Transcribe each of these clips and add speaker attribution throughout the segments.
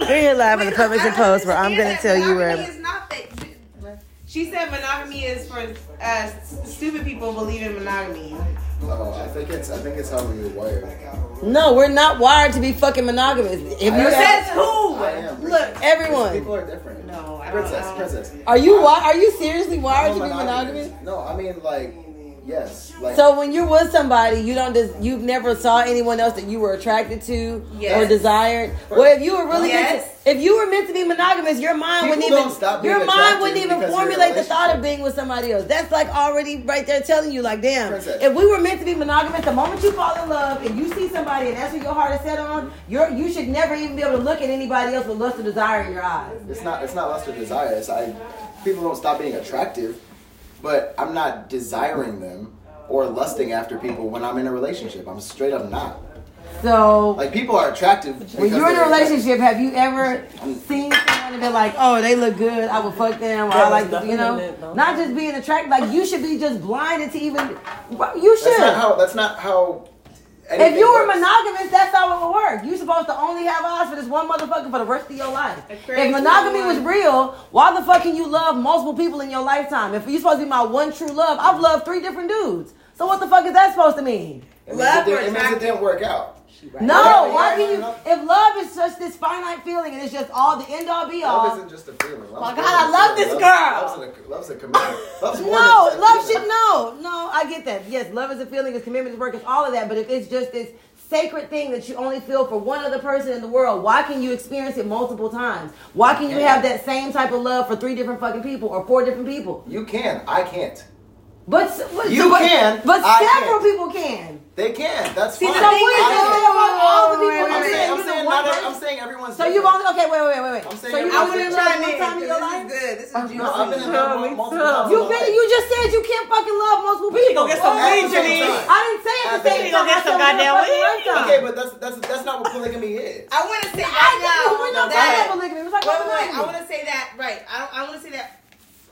Speaker 1: We're here live in the
Speaker 2: Wait,
Speaker 1: Publish and
Speaker 2: I
Speaker 1: Post where I'm going to tell
Speaker 2: understand that
Speaker 1: you
Speaker 2: monogamy
Speaker 1: where.
Speaker 2: is not that- She said monogamy is for uh, s- stupid people believe in monogamy.
Speaker 3: No, I think it's I think it's how we were wired.
Speaker 1: uh, No, we're not wired to be fucking monogamous. If you
Speaker 3: I-
Speaker 1: said,
Speaker 2: Says who?
Speaker 3: I am.
Speaker 1: look, everyone,
Speaker 3: People are different.
Speaker 2: No, I don't
Speaker 3: princess,
Speaker 2: know.
Speaker 3: princess.
Speaker 1: are you wi- are you seriously wired
Speaker 3: I'm
Speaker 1: to be
Speaker 3: monogamous.
Speaker 1: monogamous?
Speaker 3: No, I mean like yes, like
Speaker 1: So when you're with somebody, you don't just you've never saw anyone else that you were attracted to
Speaker 2: Yes.
Speaker 1: or desired. Well, if you were really
Speaker 2: Yes.
Speaker 1: meant to- if you were meant to be monogamous, your mind
Speaker 3: People
Speaker 1: wouldn't even
Speaker 3: don't stop being
Speaker 1: your mind
Speaker 3: attracted
Speaker 1: wouldn't even
Speaker 3: because you're in a
Speaker 1: formulate the thought of
Speaker 3: relationship.
Speaker 1: being with somebody else. That's like already right there telling you, like, damn,
Speaker 3: Princess.
Speaker 1: if we were meant to be monogamous, the moment you fall in love and you see somebody and that's what your heart is set on, you're you should never even be able to look at anybody else with lust or desire in your eyes.
Speaker 3: it's not it's not lust or desire. It's I people don't stop being attractive, but I'm not desiring them or lusting after people when I'm in a relationship. I'm straight up not.
Speaker 1: So
Speaker 3: Like people are attractive.
Speaker 1: When
Speaker 3: because Mm.
Speaker 1: you're in a
Speaker 3: they're attractive.
Speaker 1: relationship, have you ever seen someone and been like, "Oh, they look good. I would fuck them." Or I
Speaker 4: There's
Speaker 1: like,
Speaker 4: nothing
Speaker 1: you know,
Speaker 4: in it, no.
Speaker 1: not just being attracted. Like you should be just blinded to even. Well, You
Speaker 3: That's not
Speaker 1: should.
Speaker 3: how. That's not how.
Speaker 1: If
Speaker 3: anything
Speaker 1: you were
Speaker 3: works.
Speaker 1: monogamous, that's how it would work. You're supposed to only have eyes for this one motherfucker for the rest of your life.
Speaker 2: It
Speaker 1: If
Speaker 2: creates
Speaker 1: monogamy was
Speaker 2: one.
Speaker 1: real, why the fuck can you love multiple people in your lifetime? If you're supposed to be my one true love, I've loved three different dudes. So what the fuck is that supposed to mean?
Speaker 3: it means,
Speaker 2: Love
Speaker 3: it,
Speaker 2: or
Speaker 3: didn't- it means it
Speaker 2: attractive?
Speaker 3: didn't work out.
Speaker 1: No,
Speaker 3: Yeah,
Speaker 1: why
Speaker 3: yeah,
Speaker 1: can
Speaker 3: yeah,
Speaker 1: you?
Speaker 3: no.
Speaker 1: If love is just this finite feeling and it's just all the end all be all,
Speaker 3: Love isn't just a feeling. Love's
Speaker 1: My God,
Speaker 3: more than
Speaker 1: I
Speaker 3: a
Speaker 1: love
Speaker 3: feeling.
Speaker 1: this
Speaker 3: Love's-
Speaker 1: girl.
Speaker 3: Love's, a, love's a commitment. Love's more
Speaker 1: No,
Speaker 3: than just a
Speaker 1: love should
Speaker 3: feeling.
Speaker 1: no, no. I get that. Yes, love is a feeling, it's commitment, it's work, it's all of that. But if it's just this sacred thing that you only feel for one other person in the world, why can you experience it multiple times? Why can you have that same type of love for three different fucking people or four different people?
Speaker 3: You can. I can't.
Speaker 1: But s- but-
Speaker 3: You
Speaker 1: but-
Speaker 3: can,
Speaker 1: but
Speaker 3: I
Speaker 1: several
Speaker 3: can't.
Speaker 1: people can.
Speaker 3: They can. That's
Speaker 2: See,
Speaker 3: fine.
Speaker 1: So
Speaker 2: the
Speaker 1: we
Speaker 2: thing
Speaker 3: I
Speaker 2: is-
Speaker 3: can't.
Speaker 1: don't want all the people. I'm
Speaker 2: Wait, wait, wait,
Speaker 3: I'm
Speaker 1: saying,
Speaker 3: saying,
Speaker 1: you're
Speaker 3: I'm
Speaker 1: the
Speaker 3: saying,
Speaker 1: one
Speaker 3: not every,
Speaker 1: person.
Speaker 3: I'm saying everyone's
Speaker 1: So you've
Speaker 3: different.
Speaker 1: only okay. Wait, wait, wait, wait.
Speaker 3: I'm
Speaker 1: So
Speaker 3: saying
Speaker 1: you
Speaker 2: I
Speaker 3: everyone's
Speaker 1: only
Speaker 2: want to
Speaker 1: been
Speaker 3: different.
Speaker 2: chime
Speaker 1: loved one time in your life.
Speaker 2: in. 'cause This is good. This is
Speaker 3: No, I've been in
Speaker 2: juicy.
Speaker 3: love
Speaker 4: Me too,
Speaker 3: multiple times
Speaker 4: me
Speaker 3: in
Speaker 4: too.
Speaker 1: You
Speaker 3: my
Speaker 1: been,
Speaker 3: life.
Speaker 1: you just said you can't fucking love multiple people.
Speaker 4: We go Oh, get some
Speaker 1: What?
Speaker 4: weed, Oh, Janice.
Speaker 1: I didn't say it at the same
Speaker 3: At the same
Speaker 1: time.
Speaker 4: time.
Speaker 1: I said
Speaker 4: Goddamn
Speaker 1: one
Speaker 4: weed.
Speaker 1: lifetime.
Speaker 3: Okay, but that's that's that's not what polygamy is.
Speaker 2: I want to say
Speaker 1: I
Speaker 2: right
Speaker 1: know.
Speaker 2: now.
Speaker 1: We're
Speaker 2: No,
Speaker 1: not
Speaker 2: go
Speaker 1: talking
Speaker 2: ahead.
Speaker 1: about polygamy. We're talking
Speaker 2: Wait,
Speaker 1: about
Speaker 2: wait, wait. I want
Speaker 1: monogamy.
Speaker 2: to say that right. I, I want to say that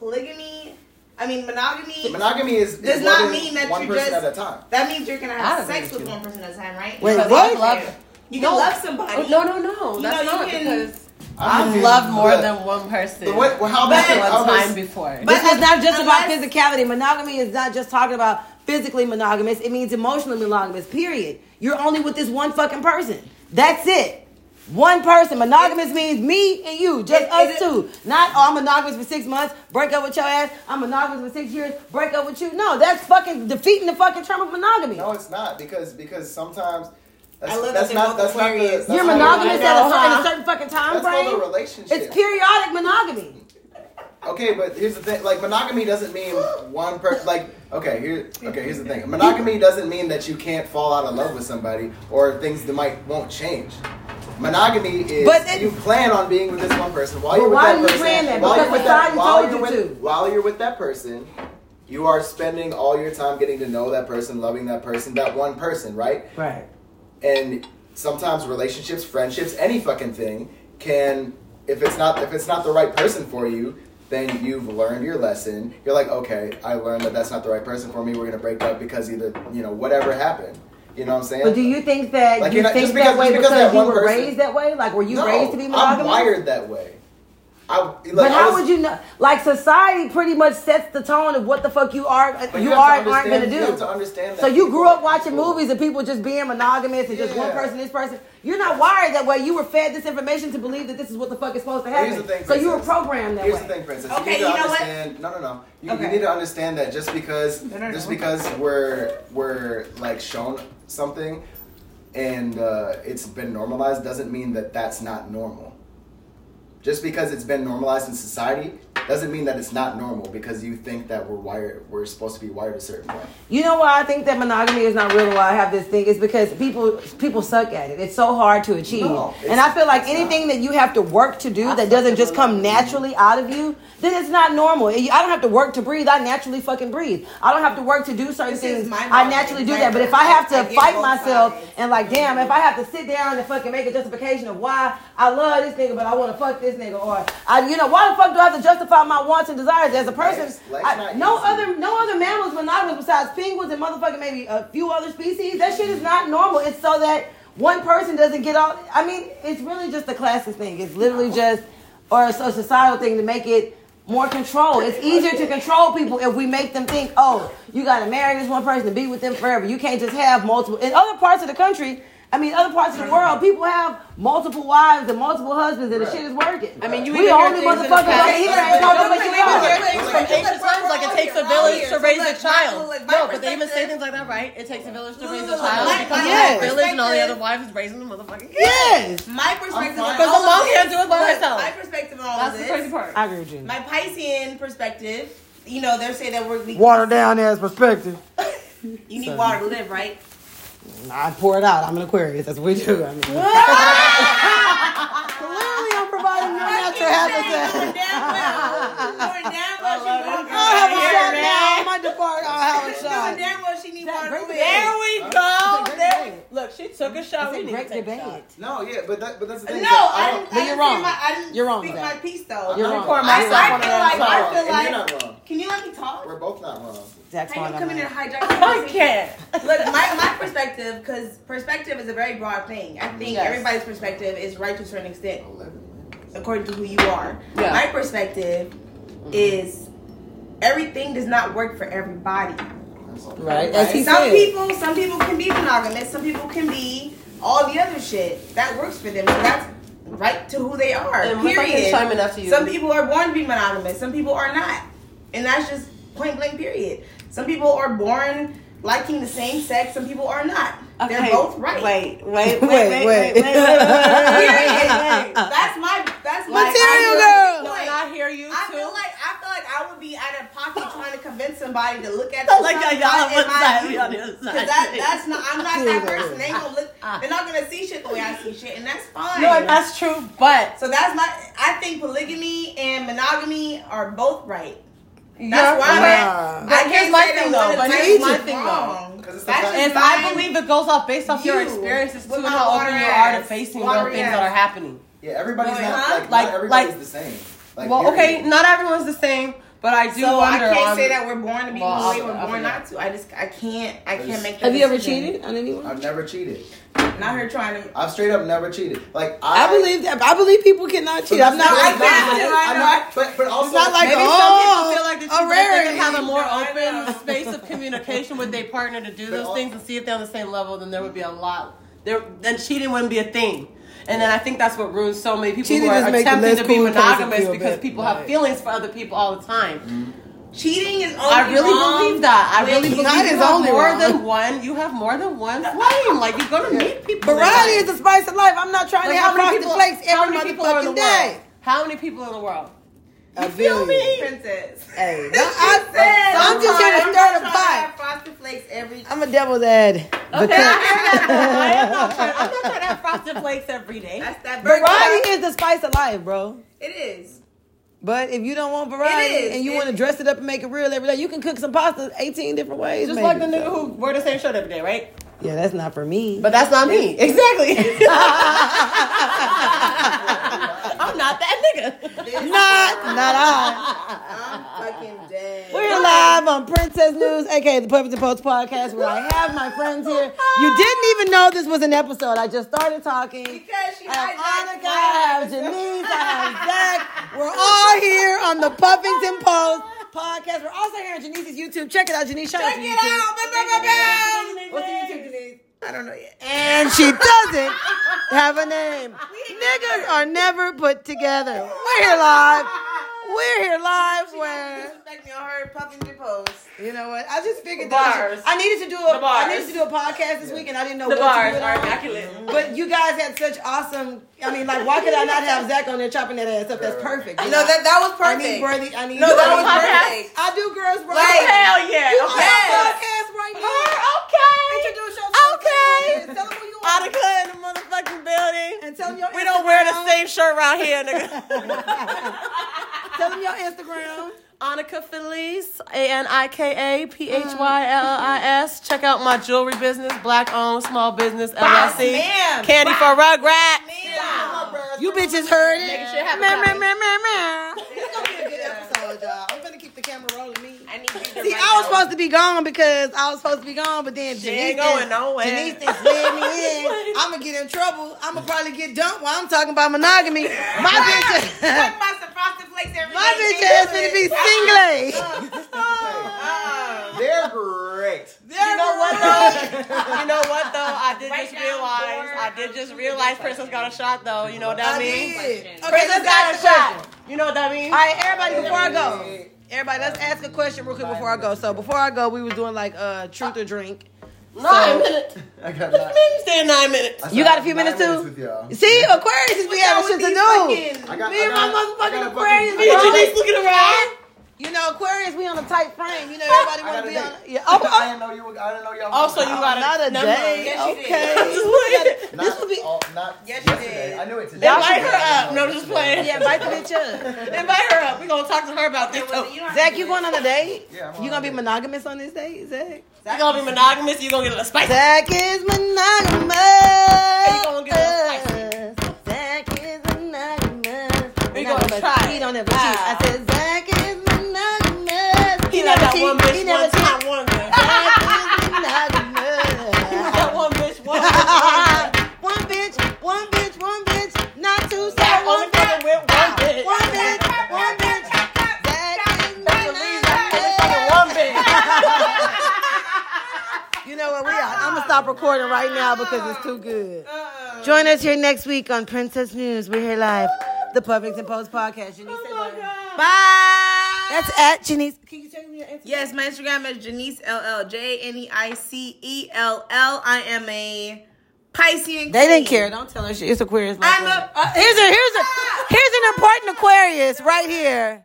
Speaker 2: polygamy. I mean monogamy.
Speaker 3: Monogamy is is
Speaker 2: Does
Speaker 3: loving
Speaker 2: not mean that
Speaker 3: one
Speaker 2: you
Speaker 3: person
Speaker 2: just-
Speaker 3: at a time.
Speaker 2: that means you're gonna
Speaker 4: I
Speaker 2: have
Speaker 4: agree
Speaker 2: sex
Speaker 4: with
Speaker 2: with
Speaker 4: you.
Speaker 2: one person at a time, right?
Speaker 1: Wait,
Speaker 2: Because
Speaker 1: what? Oh,
Speaker 2: you
Speaker 4: Love-
Speaker 2: can- You can love somebody.
Speaker 4: No, no, no.
Speaker 2: You
Speaker 4: That's
Speaker 2: know, you
Speaker 4: not
Speaker 2: can-
Speaker 4: because
Speaker 3: I'm
Speaker 4: I've
Speaker 3: confused.
Speaker 4: loved more
Speaker 3: Look,
Speaker 4: than one person
Speaker 3: the way- well, how
Speaker 2: But-
Speaker 3: about
Speaker 4: at
Speaker 3: the-
Speaker 4: one
Speaker 3: how
Speaker 4: time
Speaker 3: about-
Speaker 4: before.
Speaker 2: But
Speaker 1: This is not just about
Speaker 2: unless-
Speaker 1: physicality. Monogamy is not just talking about physically monogamous. It means emotionally monogamous. Period. You're only with this one fucking person. That's it. One person. Monogamous means me and you, just
Speaker 2: It-
Speaker 1: us
Speaker 2: it-
Speaker 1: two. Not oh, I'm monogamous for six months. Break up with your ass. I'm monogamous for six years. Break up with you. No, that's fucking defeating the fucking term of monogamy.
Speaker 3: No, it's not because because sometimes that's,
Speaker 2: I love
Speaker 3: that's
Speaker 2: that
Speaker 3: not
Speaker 2: they're both
Speaker 3: that's not the,
Speaker 2: Aquarius.
Speaker 3: that's
Speaker 1: You're
Speaker 3: not the-
Speaker 1: monogamous at a,
Speaker 4: know,
Speaker 1: cer- in a
Speaker 4: huh?
Speaker 1: certain fucking time
Speaker 3: Uh-huh. That's called a
Speaker 1: frame.
Speaker 3: relationship.
Speaker 1: It's periodic monogamy.
Speaker 3: Okay, but here's the thing. Like monogamy doesn't mean one person. Like okay, here. Okay, here's the thing. Monogamy doesn't mean that you can't fall out of love with somebody or things that might won't change. Monogamy is
Speaker 1: But it-
Speaker 3: you plan on being with this one person while
Speaker 1: But
Speaker 3: you're with
Speaker 1: why
Speaker 3: that
Speaker 1: do you
Speaker 3: person.
Speaker 1: plan that?
Speaker 3: While
Speaker 1: Because
Speaker 3: you're with
Speaker 1: society
Speaker 3: that, while
Speaker 1: told
Speaker 3: you're
Speaker 1: you
Speaker 3: with,
Speaker 1: to.
Speaker 3: while you're with that person, you are spending all your time getting to know that person, loving that person, that one person, right?
Speaker 1: Right.
Speaker 3: and sometimes relationships, friendships, any fucking thing can if it's not if it's not the right person for you, then you've learned your lesson. You're like, okay, I learned that that's not the right person for me. We're gonna break up because either you know whatever happened. You know what I'm saying?
Speaker 1: But do you think that
Speaker 3: Like,
Speaker 1: you
Speaker 3: you're not-
Speaker 1: think
Speaker 3: just
Speaker 1: that
Speaker 3: because-
Speaker 1: way
Speaker 3: just
Speaker 1: because,
Speaker 3: because that
Speaker 1: you
Speaker 3: one
Speaker 1: were
Speaker 3: person-
Speaker 1: raised that way? Like, were you
Speaker 3: No,
Speaker 1: raised to be
Speaker 3: I'm
Speaker 1: monogamous?
Speaker 3: wired that way. I like,
Speaker 1: But
Speaker 3: I
Speaker 1: how
Speaker 3: was-
Speaker 1: would you know? Like, society pretty much sets the tone of what the fuck you are, uh,
Speaker 3: but
Speaker 1: you
Speaker 3: have
Speaker 1: are,
Speaker 3: to
Speaker 1: and aren't
Speaker 3: understand-
Speaker 1: gonna do.
Speaker 3: You have to understand that
Speaker 1: so you grew
Speaker 3: people-
Speaker 1: up watching movies of people just being monogamous and just one
Speaker 3: Yeah.
Speaker 1: person, this person. You're not wired that way. You were fed this information to believe that this is what the fuck is supposed to
Speaker 3: Here's
Speaker 1: happen.
Speaker 3: the thing,
Speaker 1: so you were
Speaker 3: princess.
Speaker 1: programmed that
Speaker 3: Here's
Speaker 1: way.
Speaker 3: the thing, princess.
Speaker 2: Okay,
Speaker 3: you need
Speaker 2: you
Speaker 3: to
Speaker 2: know what?
Speaker 3: understand. No, no, no. You, you
Speaker 2: Okay.
Speaker 3: need to understand that just because,
Speaker 2: no,
Speaker 3: just
Speaker 2: no.
Speaker 3: because we're we're like shown something, and uh, it's been normalized, doesn't mean that that's not normal. Just because it's been normalized in society doesn't mean that it's not normal because you think that we're wired, we're supposed to be wired a certain way.
Speaker 1: You know why I think that monogamy is not real and why I have this thing is because people people suck at it. It's so hard to achieve.
Speaker 3: No, it's-
Speaker 1: and I feel like
Speaker 3: it's not.
Speaker 1: anything that you have to work to do that doesn't just come naturally out of you, then it's not normal. You- I don't have to work to breathe. I naturally fucking breathe. I don't have to work to do certain
Speaker 2: This is
Speaker 1: things.
Speaker 2: mind
Speaker 1: I naturally do
Speaker 2: boggling.
Speaker 1: that. But if I have
Speaker 2: I
Speaker 1: to
Speaker 2: get
Speaker 1: fight
Speaker 2: both
Speaker 1: myself
Speaker 2: sides.
Speaker 1: and like, damn, if I have to sit down and fucking make a justification of why I love this nigga but I want to fuck this nigga or I you know, why the fuck do I have to justify my wants and desires as a person?
Speaker 3: Life's- life's
Speaker 1: I-
Speaker 3: not
Speaker 1: no
Speaker 3: easy.
Speaker 1: other no other mammals monogamous besides penguins and motherfucking maybe a few other species. That shit is not normal. It's so that One person doesn't get all. I mean, it's really just a classes thing. It's literally just, or a so- societal thing to make it more control. It's easier to control people if we make them think, oh, you got to marry this one person to be with them forever. You can't just have multiple. In other parts of the country, I mean, other parts of the
Speaker 2: Mm-hmm.
Speaker 1: world, people have multiple wives and multiple husbands, and the shit is working. I
Speaker 2: mean, you
Speaker 1: we
Speaker 2: even hear
Speaker 1: only
Speaker 2: things in the
Speaker 1: motherfuckers
Speaker 2: past-
Speaker 1: over here ain't talking about you are.
Speaker 4: From ancient times, like it takes a village to raise a child. No, but they even say things like that, right? It takes a village to raise a child. Because
Speaker 1: Yes.
Speaker 4: that village and all the other wives is raising the motherfucking kid.
Speaker 1: Yes,
Speaker 2: My perspective on
Speaker 4: Because the
Speaker 2: all of
Speaker 4: mom
Speaker 2: this-
Speaker 4: can't do it by
Speaker 2: look,
Speaker 4: herself.
Speaker 2: My perspective on all
Speaker 4: That's the
Speaker 2: this.
Speaker 4: crazy part.
Speaker 1: I agree with you.
Speaker 2: My Piscean perspective. You know, they're saying that we're we,
Speaker 1: Water down ass perspective.
Speaker 2: you need water to live, right?
Speaker 1: I pour it out. I'm an Aquarius. That's what we do. I mean. Clearly, I'm providing your natural habitat. I'll have a shot now. I might depart. I'll have a shot.
Speaker 2: There
Speaker 1: There
Speaker 2: we
Speaker 4: Go.
Speaker 1: It's a great
Speaker 4: There.
Speaker 1: debate.
Speaker 4: Look, she took a shot. We
Speaker 1: It's a
Speaker 4: need to
Speaker 1: great
Speaker 4: take a
Speaker 1: debate.
Speaker 4: shot.
Speaker 3: No, yeah, but that, but that's the
Speaker 2: No,
Speaker 3: thing.
Speaker 2: I didn't.
Speaker 1: But
Speaker 2: I
Speaker 1: you're
Speaker 2: didn't
Speaker 1: wrong.
Speaker 2: say My, I didn't
Speaker 1: You're wrong
Speaker 2: Speak
Speaker 1: with that.
Speaker 2: my piece though.
Speaker 1: You're
Speaker 4: I'm
Speaker 1: wrong.
Speaker 4: recording
Speaker 2: I,
Speaker 4: myself
Speaker 2: I
Speaker 4: on
Speaker 2: feel like I
Speaker 4: that.
Speaker 2: feel
Speaker 3: And
Speaker 2: like.
Speaker 3: you're not wrong.
Speaker 2: Can you let me talk?
Speaker 3: We're both not wrong.
Speaker 1: That's
Speaker 2: How
Speaker 1: why
Speaker 2: you come in
Speaker 1: I'm
Speaker 2: here and
Speaker 1: not.
Speaker 2: hijack?
Speaker 4: I
Speaker 2: the
Speaker 4: can't.
Speaker 2: Look, my, my perspective, because perspective is a very broad thing. I think
Speaker 4: Yes.
Speaker 2: everybody's perspective is right to a certain extent,
Speaker 3: Eleven.
Speaker 2: according to who you are.
Speaker 4: Yeah. Mm-hmm.
Speaker 2: My perspective is everything does not work for everybody.
Speaker 3: That's all.
Speaker 1: Right, as he
Speaker 2: some
Speaker 1: said.
Speaker 2: people, some people can be monogamous. Some people can be all the other shit that works for them. So that's right to who they are.
Speaker 4: And if I can
Speaker 2: period.
Speaker 4: chime in after you.
Speaker 2: Some people are born to be monogamous. Some people are not, and that's just point blank. Period. Some people are born liking the same sex. Some people are not. They're both right.
Speaker 4: Wait,
Speaker 1: Wait,
Speaker 4: wait, wait, wait,
Speaker 1: wait.
Speaker 4: wait, wait, wait, wait, wait, wait.
Speaker 2: Period. that's my. That's my
Speaker 1: Material
Speaker 2: my-
Speaker 1: girl.
Speaker 4: No, and I hear you
Speaker 2: I
Speaker 4: too.
Speaker 2: feel like I feel like I would be out of pocket trying to convince somebody to look at
Speaker 4: Like,
Speaker 2: something
Speaker 4: y'all on
Speaker 2: in
Speaker 4: one
Speaker 2: my
Speaker 4: side,
Speaker 2: view.
Speaker 4: we on the other side. Ah.
Speaker 2: 'Cause That, that's not. I'm not that person. They ain't gonna look. They're not gonna see shit the way I see shit, and that's fine.
Speaker 4: no, and that's true, but
Speaker 2: so that's my. I think polygamy and monogamy are both right. That's
Speaker 4: Yeah.
Speaker 2: why
Speaker 1: Yeah.
Speaker 2: I'm
Speaker 4: But
Speaker 2: I
Speaker 4: here's
Speaker 2: can't
Speaker 4: my
Speaker 2: say that one
Speaker 4: thing, though.
Speaker 2: is
Speaker 4: But
Speaker 2: right
Speaker 4: here's
Speaker 2: and
Speaker 4: my
Speaker 2: one is
Speaker 4: thing,
Speaker 2: wrong.
Speaker 3: 'Cause it's the
Speaker 2: That's
Speaker 3: fact-
Speaker 2: just
Speaker 4: and I
Speaker 2: my-
Speaker 4: believe it goes off based off your
Speaker 2: You,
Speaker 4: experiences too,
Speaker 2: with
Speaker 4: and
Speaker 2: my
Speaker 4: how open
Speaker 2: watery
Speaker 4: you are to
Speaker 2: ass,
Speaker 4: facing the
Speaker 2: watery
Speaker 4: things
Speaker 2: ass.
Speaker 4: that are happening.
Speaker 3: Yeah, everybody's
Speaker 2: Boy,
Speaker 3: not
Speaker 2: huh?
Speaker 3: like,
Speaker 4: Like-
Speaker 3: not everybody's
Speaker 4: like-
Speaker 3: the same. Like,
Speaker 4: well, okay,
Speaker 3: period.
Speaker 4: not everyone's the same, but I do
Speaker 2: So I
Speaker 4: wonder. um,
Speaker 2: can't
Speaker 4: on-
Speaker 2: say that we're born to be
Speaker 4: Well,
Speaker 2: one way,
Speaker 4: I'll-
Speaker 2: we're
Speaker 4: I'll
Speaker 2: born
Speaker 4: be-
Speaker 2: not to. I just I can't I can't make. that
Speaker 1: Have you ever
Speaker 2: decision.
Speaker 1: cheated on anyone?
Speaker 3: I've never cheated.
Speaker 2: Not her trying to.
Speaker 3: I've straight up never cheated. Like I,
Speaker 1: I believe that. I believe people cannot cheat. I'm not
Speaker 3: But
Speaker 1: like
Speaker 3: that's
Speaker 1: that.
Speaker 3: not-
Speaker 2: that.
Speaker 3: I'm not- But but also
Speaker 1: It's not like
Speaker 4: Maybe
Speaker 1: oh,
Speaker 4: some people feel like that
Speaker 1: a
Speaker 4: you they
Speaker 1: rarity.
Speaker 4: can have a more
Speaker 2: No, I know.
Speaker 4: open space of communication with their partner to do
Speaker 3: But all-
Speaker 4: those things and see if they're on the same level. Then there would be a lot. There, then cheating wouldn't be a thing. And then I think that's what ruins so many people
Speaker 1: Cheating
Speaker 4: who
Speaker 1: just
Speaker 4: are
Speaker 1: make the
Speaker 4: attempting
Speaker 1: less
Speaker 4: to be
Speaker 1: cool person
Speaker 4: monogamous
Speaker 1: feel
Speaker 4: because
Speaker 1: bad.
Speaker 4: people
Speaker 1: Right.
Speaker 4: have feelings for other people all the time.
Speaker 2: Cheating is only
Speaker 4: I really
Speaker 2: wrong
Speaker 4: believe that. I
Speaker 2: when
Speaker 4: really
Speaker 2: you
Speaker 4: believe
Speaker 1: That
Speaker 4: you
Speaker 1: is
Speaker 4: have
Speaker 1: only
Speaker 4: more
Speaker 1: wrong.
Speaker 4: than one. You have more than one flame. Like you're gonna meet people. that-
Speaker 1: Variety is the spice of life. I'm not trying
Speaker 4: Like,
Speaker 1: to
Speaker 4: how
Speaker 1: have
Speaker 4: many
Speaker 1: frosted
Speaker 4: people?
Speaker 1: flakes
Speaker 4: how
Speaker 1: every
Speaker 4: many people are in the
Speaker 1: motherfucking
Speaker 4: world?
Speaker 1: day.
Speaker 4: How many people in the world?
Speaker 1: You feel me?
Speaker 2: Princess.
Speaker 1: Hey, no, I,
Speaker 2: She said,
Speaker 1: I'm just
Speaker 2: sorry,
Speaker 1: here to
Speaker 2: I'm
Speaker 1: start
Speaker 2: not
Speaker 1: a
Speaker 2: trying
Speaker 1: fight.
Speaker 2: have Frosted Flakes every.
Speaker 1: I'm a devil's ad.
Speaker 4: Okay, I
Speaker 1: Because
Speaker 4: heard that. I'm not trying- I'm not trying to have frosted flakes every day.
Speaker 2: That's that bird.
Speaker 1: variety is the spice of life, bro.
Speaker 2: It is.
Speaker 1: But if you don't want
Speaker 2: It
Speaker 1: variety
Speaker 2: is.
Speaker 1: and you
Speaker 2: It-
Speaker 1: want to dress it up and make it real every day, you can cook some pasta 18 different ways.
Speaker 4: Just
Speaker 1: maybe.
Speaker 4: like the nigga who wear the same shirt every day, right?
Speaker 1: Yeah, that's not for me.
Speaker 4: But that's not me. Exactly. I'm not that nigga.
Speaker 2: This
Speaker 1: not, not I.
Speaker 2: I'm fucking
Speaker 1: Uh,
Speaker 2: dead.
Speaker 1: We're live on Princess News, aka the Puppets and Poets podcast, where I have my friends here. You didn't even know this was an episode. I just started talking.
Speaker 2: Because she
Speaker 1: I have
Speaker 2: hijacked
Speaker 1: Annika, I have Janice, I have Zach. We're all here on the Puffington Post podcast. We're also here on Janice's YouTube. Check it out, Janice. Shout out to
Speaker 2: Check it
Speaker 1: YouTube.
Speaker 2: out. Bam, bam, bam, bam.
Speaker 1: What's the YouTube, Janice?
Speaker 2: I don't know yet.
Speaker 1: And she doesn't have a name. Niggas are never put together. We're here live. We're here live where.
Speaker 2: Respect me on her Puffington post.
Speaker 1: You know what? I just figured
Speaker 4: The
Speaker 1: that
Speaker 4: bars.
Speaker 1: I needed to do a I
Speaker 4: The bars.
Speaker 1: needed to do a podcast this week, and I didn't know
Speaker 4: The
Speaker 1: what
Speaker 4: bars
Speaker 1: to do
Speaker 4: are
Speaker 1: it on.
Speaker 4: immaculate.
Speaker 1: But you guys had such awesome. I mean, like, why could I not have Zach on there chopping that ass up? That's perfect.
Speaker 2: No, that that was
Speaker 1: I
Speaker 2: perfect.
Speaker 1: need worthy. I need.
Speaker 2: no, that was
Speaker 4: Podcast?
Speaker 2: perfect.
Speaker 1: I do girls worthy.
Speaker 2: Like,
Speaker 4: Oh, Hell yeah.
Speaker 1: you
Speaker 4: Okay.
Speaker 1: got a
Speaker 2: Yes.
Speaker 1: podcast right now.
Speaker 4: Her,
Speaker 1: Introduce yourself.
Speaker 4: Okay.
Speaker 1: Tell them who you
Speaker 4: okay.
Speaker 1: are.
Speaker 4: Monica in the motherfucking building.
Speaker 1: And tell them your
Speaker 4: We don't wear the
Speaker 1: Instagram.
Speaker 4: same shirt around here, nigga.
Speaker 1: Tell them your Instagram.
Speaker 4: Annika Felice, A N I K A P H Y L L I S. Check out my jewelry business, black owned small business LLC.
Speaker 2: ma'am.
Speaker 4: Candy for Rugrat.
Speaker 1: You bitches heard it.
Speaker 4: Making shit happen.
Speaker 1: Meh, meh, meh, meh, meh.
Speaker 2: It's gonna be a good
Speaker 1: Good episode, y'all. I'm gonna keep the camera rolling. Me.
Speaker 2: I I need you to
Speaker 1: See,
Speaker 2: write
Speaker 1: I was
Speaker 2: down-
Speaker 1: supposed to be gone because I was supposed to be gone, but then
Speaker 4: She
Speaker 1: Denise
Speaker 4: ain't
Speaker 1: done-
Speaker 4: going nowhere.
Speaker 1: Denise done slid me in. I'm gonna get in trouble. I'm gonna probably get dumped while I'm talking about monogamy. My
Speaker 2: Talking
Speaker 1: bitch,
Speaker 2: about some frosted flakes every
Speaker 1: my
Speaker 2: day,
Speaker 1: bitch
Speaker 2: nigga.
Speaker 1: ass gonna be single.
Speaker 2: Uh,
Speaker 3: They're great.
Speaker 4: You know what though? You know what though? I did
Speaker 2: Right
Speaker 4: just
Speaker 2: now,
Speaker 4: realize. I did just realize Princess got a shot though. You know what that
Speaker 1: I
Speaker 4: means?
Speaker 1: did.
Speaker 2: Question.
Speaker 1: Okay,
Speaker 4: Princess
Speaker 1: let's ask
Speaker 4: got
Speaker 1: a
Speaker 4: a
Speaker 1: question.
Speaker 4: shot. You know what that means?
Speaker 1: All right, everybody, before I go, everybody, let's ask a question real quick before I go. So before I go, we was doing like uh, truth or drink.
Speaker 4: Nine
Speaker 1: So-
Speaker 4: minutes.
Speaker 3: I got
Speaker 4: Let me stay in nine minutes.
Speaker 3: I
Speaker 1: You got a few
Speaker 3: nine
Speaker 1: minutes too?
Speaker 3: with y'all.
Speaker 1: See, Aquarius is we having shit to do.
Speaker 3: I got,
Speaker 1: Me
Speaker 3: I
Speaker 1: and my
Speaker 3: got- I got
Speaker 1: motherfucking
Speaker 3: a
Speaker 1: Aquarius
Speaker 3: fucking-
Speaker 1: be
Speaker 4: Did you
Speaker 1: on
Speaker 4: just looking around?
Speaker 1: You know, Aquarius, we on a tight frame. You know, everybody want
Speaker 3: I got
Speaker 1: to
Speaker 3: a
Speaker 1: be on.
Speaker 3: date.
Speaker 1: Yeah. Oh,
Speaker 3: I
Speaker 1: oh,
Speaker 3: didn't know you were. I didn't know y'all.
Speaker 4: Also, you
Speaker 3: were-
Speaker 4: got
Speaker 1: not a
Speaker 4: Never
Speaker 1: day.
Speaker 4: mind.
Speaker 2: Yes, you did.
Speaker 1: okay.
Speaker 3: Not,
Speaker 1: this would be.
Speaker 3: all- not
Speaker 2: Yes, you
Speaker 3: yesterday.
Speaker 2: did.
Speaker 3: I knew it today.
Speaker 4: They light her up. No, I'm just playing.
Speaker 1: Yeah, bite the bitch up.
Speaker 4: Invite her up. We're gonna talk to her about this.
Speaker 2: Okay, well, you don't have
Speaker 1: Zach,
Speaker 2: to
Speaker 1: you
Speaker 2: do
Speaker 1: going
Speaker 2: it.
Speaker 1: on a date?
Speaker 3: Yeah, I'm on
Speaker 1: You
Speaker 3: a
Speaker 1: gonna be
Speaker 3: date.
Speaker 1: monogamous on this date, Zach?
Speaker 4: You're gonna be monogamous, you're gonna get a spice.
Speaker 1: Zach is monogamous.
Speaker 4: you gonna get a
Speaker 1: Zach is monogamous.
Speaker 4: We
Speaker 1: We're
Speaker 4: gonna try
Speaker 1: He
Speaker 4: it.
Speaker 1: don't ever cheat. I said Zach is monogamous.
Speaker 4: He not
Speaker 1: never
Speaker 4: that
Speaker 1: cheat.
Speaker 4: one
Speaker 1: He
Speaker 4: bitch,
Speaker 1: never
Speaker 4: one
Speaker 1: cheat.
Speaker 4: time, one girl. That one bitch, one time.
Speaker 1: one bitch, one bitch, one bitch, not two, so
Speaker 4: That
Speaker 1: one
Speaker 4: only
Speaker 1: bitch.
Speaker 4: fucking with one bitch.
Speaker 1: One bitch, one bitch. That is
Speaker 4: That's the reason I only fucking one bitch.
Speaker 1: You know what? We are. I'm gonna stop recording right now because it's too good.
Speaker 4: Uh-uh.
Speaker 1: Join us here next week on Princess News. We're here live, the Puffings and Post podcast. Janice,
Speaker 4: Oh
Speaker 1: say bye.
Speaker 2: Bye.
Speaker 1: That's at Janice. Can you check me out?
Speaker 2: Yes, my Instagram is Janice LL J N E I C E L L. I am a Piscean.
Speaker 1: They didn't
Speaker 2: queen.
Speaker 1: care. Don't tell her shit. It's Aquarius.
Speaker 2: I'm
Speaker 1: life.
Speaker 2: a-
Speaker 1: Uh, here's a here's a here's an important Aquarius right here.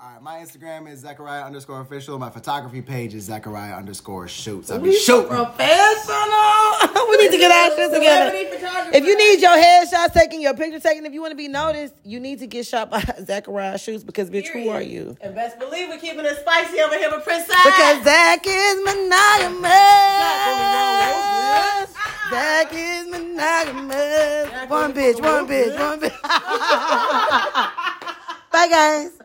Speaker 3: All right, my Instagram is Zachariah underscore official. My photography page is Zachariah underscore shoots. I be shooting.
Speaker 1: Professional. we need to get our shit
Speaker 2: Celebrity
Speaker 1: together.
Speaker 2: photographer.
Speaker 1: If you need your headshots taken, your picture taken, if you want to be noticed, you need to get shot by Zachariah Shoots because bitch, who are you?
Speaker 4: And best believe we're keeping it spicy over here with Princess.
Speaker 1: Because Zach is monogamous. Zach is monogamous. One bitch, one bitch, one bitch. Bye guys.